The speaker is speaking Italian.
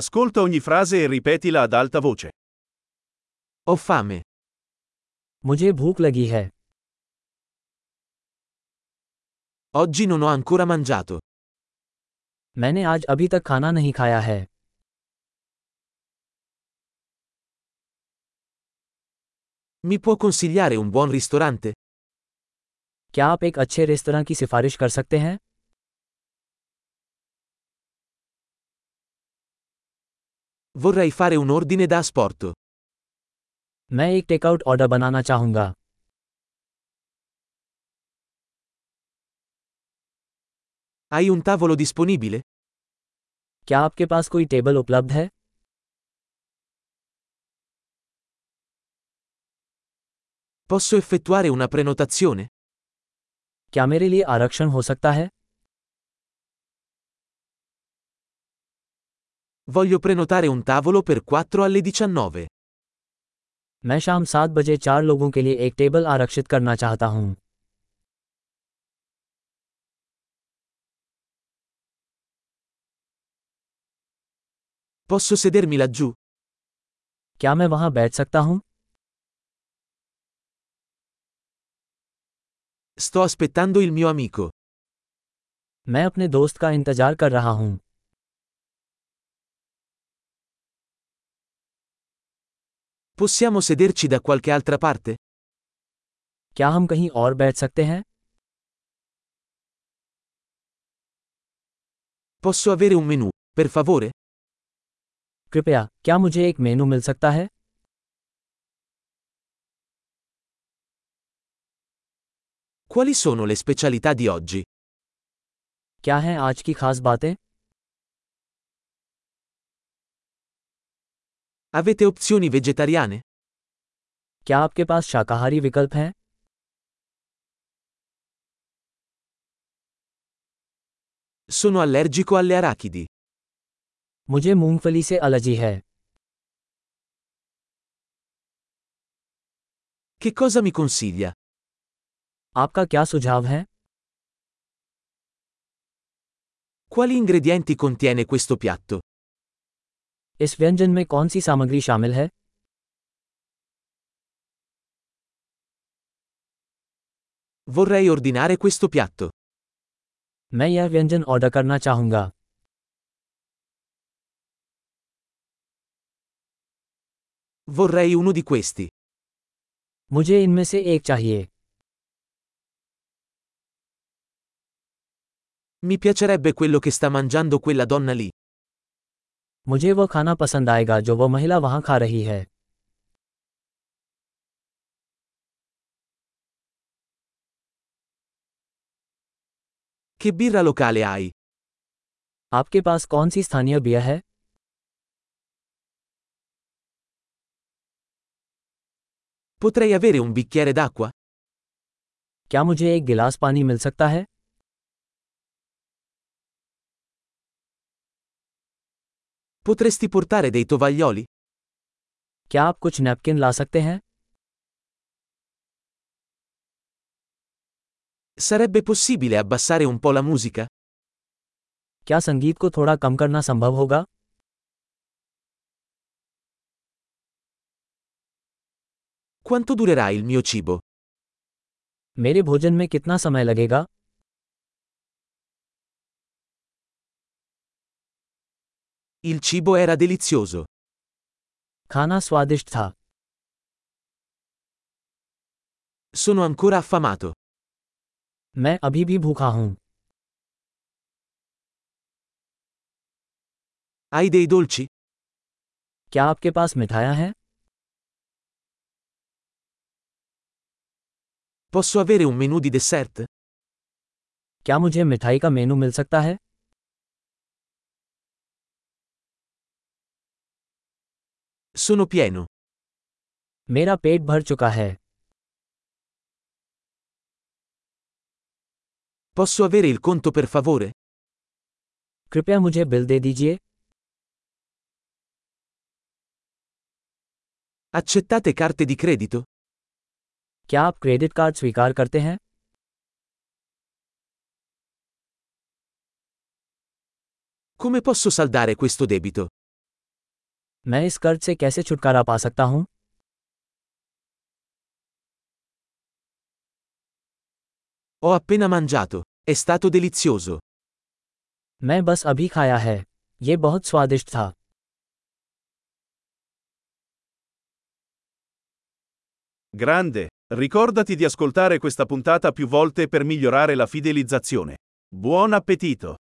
Ascolta ogni frase e ripetila ad alta voce. Ho fame. मुझे भूख लगी है Oggi non ho ancora mangiato. मैंने आज अभी तक खाना नहीं खाया है Mi può consigliare un buon ristorante? क्या आप एक अच्छे रेस्तरा की सिफारिश कर सकते हैं Vorrei fare un ordine da asporto. मैं एक टेकआउट ऑर्डर बनाना चाहूँगा Hai un tavolo disponibile? क्या आपके पास कोई टेबल उपलब्ध है Posso effettuare una prenotazione? क्या मेरे लिए आरक्षण हो सकता है Voglio prenotare un tavolo per 4 alle 19. मैं शाम सात बजे चार लोगों के लिए एक टेबल आरक्षित करना चाहता हूँ Posso sedermi laggiù? क्या मैं वहाँ बैठ सकता हूँ Sto aspettando il mio amico. मैं अपने दोस्त का इंतजार कर रहा हूँ Possiamo sederci da qualche altra parte? क्या हम कहीं और बैठ सकते हैं Posso avere un menù, per favore? कृपया क्या मुझे एक मेनू मिल सकता है Quali sono le specialità di oggi? क्या हैं आज की खास बातें Avete opzioni vegetariane? क्या आपके पास शाकाहारी विकल्प हैं Sono allergico alle arachidi. मुझे मूंगफली से एलर्जी है Che cosa mi consiglia? आपका क्या सुझाव है Quali ingredienti contiene questo piatto? इस व्यंजन में कौन सी सामग्री शामिल है Vorrei ordinare questo piatto. मैं यह व्यंजन ऑर्डर करना चाहूँगा Vorrei uno di questi. मुझे इनमें से एक चाहिए Mi piacerebbe quello che sta mangiando quella donna lì. मुझे वह खाना पसंद आएगा जो वह महिला वहाँ खा रही है Che birra locale hai? आपके पास कौन सी स्थानीय बियर है Potrei avere un bicchiere d'acqua? क्या मुझे एक गिलास पानी मिल सकता है Potresti portare dei tovaglioli? क्या आप कुछ नैपकिन ला सकते हैं Sarebbe possibile abbassare un po' la musica? क्या संगीत को थोड़ा कम करना संभव होगा Quanto durerà il mio cibo? मेरे भोजन में कितना समय लगेगा Il cibo era delizioso. खाना स्वादिष्ट था Sono ancora affamato. मैं अभी भी भूखा हूँ Hai dei dolci? क्या आपके पास मिठाइयाँ हैं Posso avere un menù di dessert? क्या मुझे मिठाई का मेनू मिल सकता है Sono pieno. मेरा पेट भर चुका है Posso avere il conto per favore? कृपया मुझे बिल दे दीजिए Accettate carte di credito? क्या आप क्रेडिट कार्ड स्वीकार करते हैं Come posso saldare questo debito? मैं इस कर्ज से कैसे छुटकारा पा सकता हूँ Ho appena mangiato. È stato delizioso. मैं बस अभी खाया है ये बहुत स्वादिष्ट था Grande! Ricordati di ascoltare questa puntata più volte per migliorare la fidelizzazione. Buon appetito!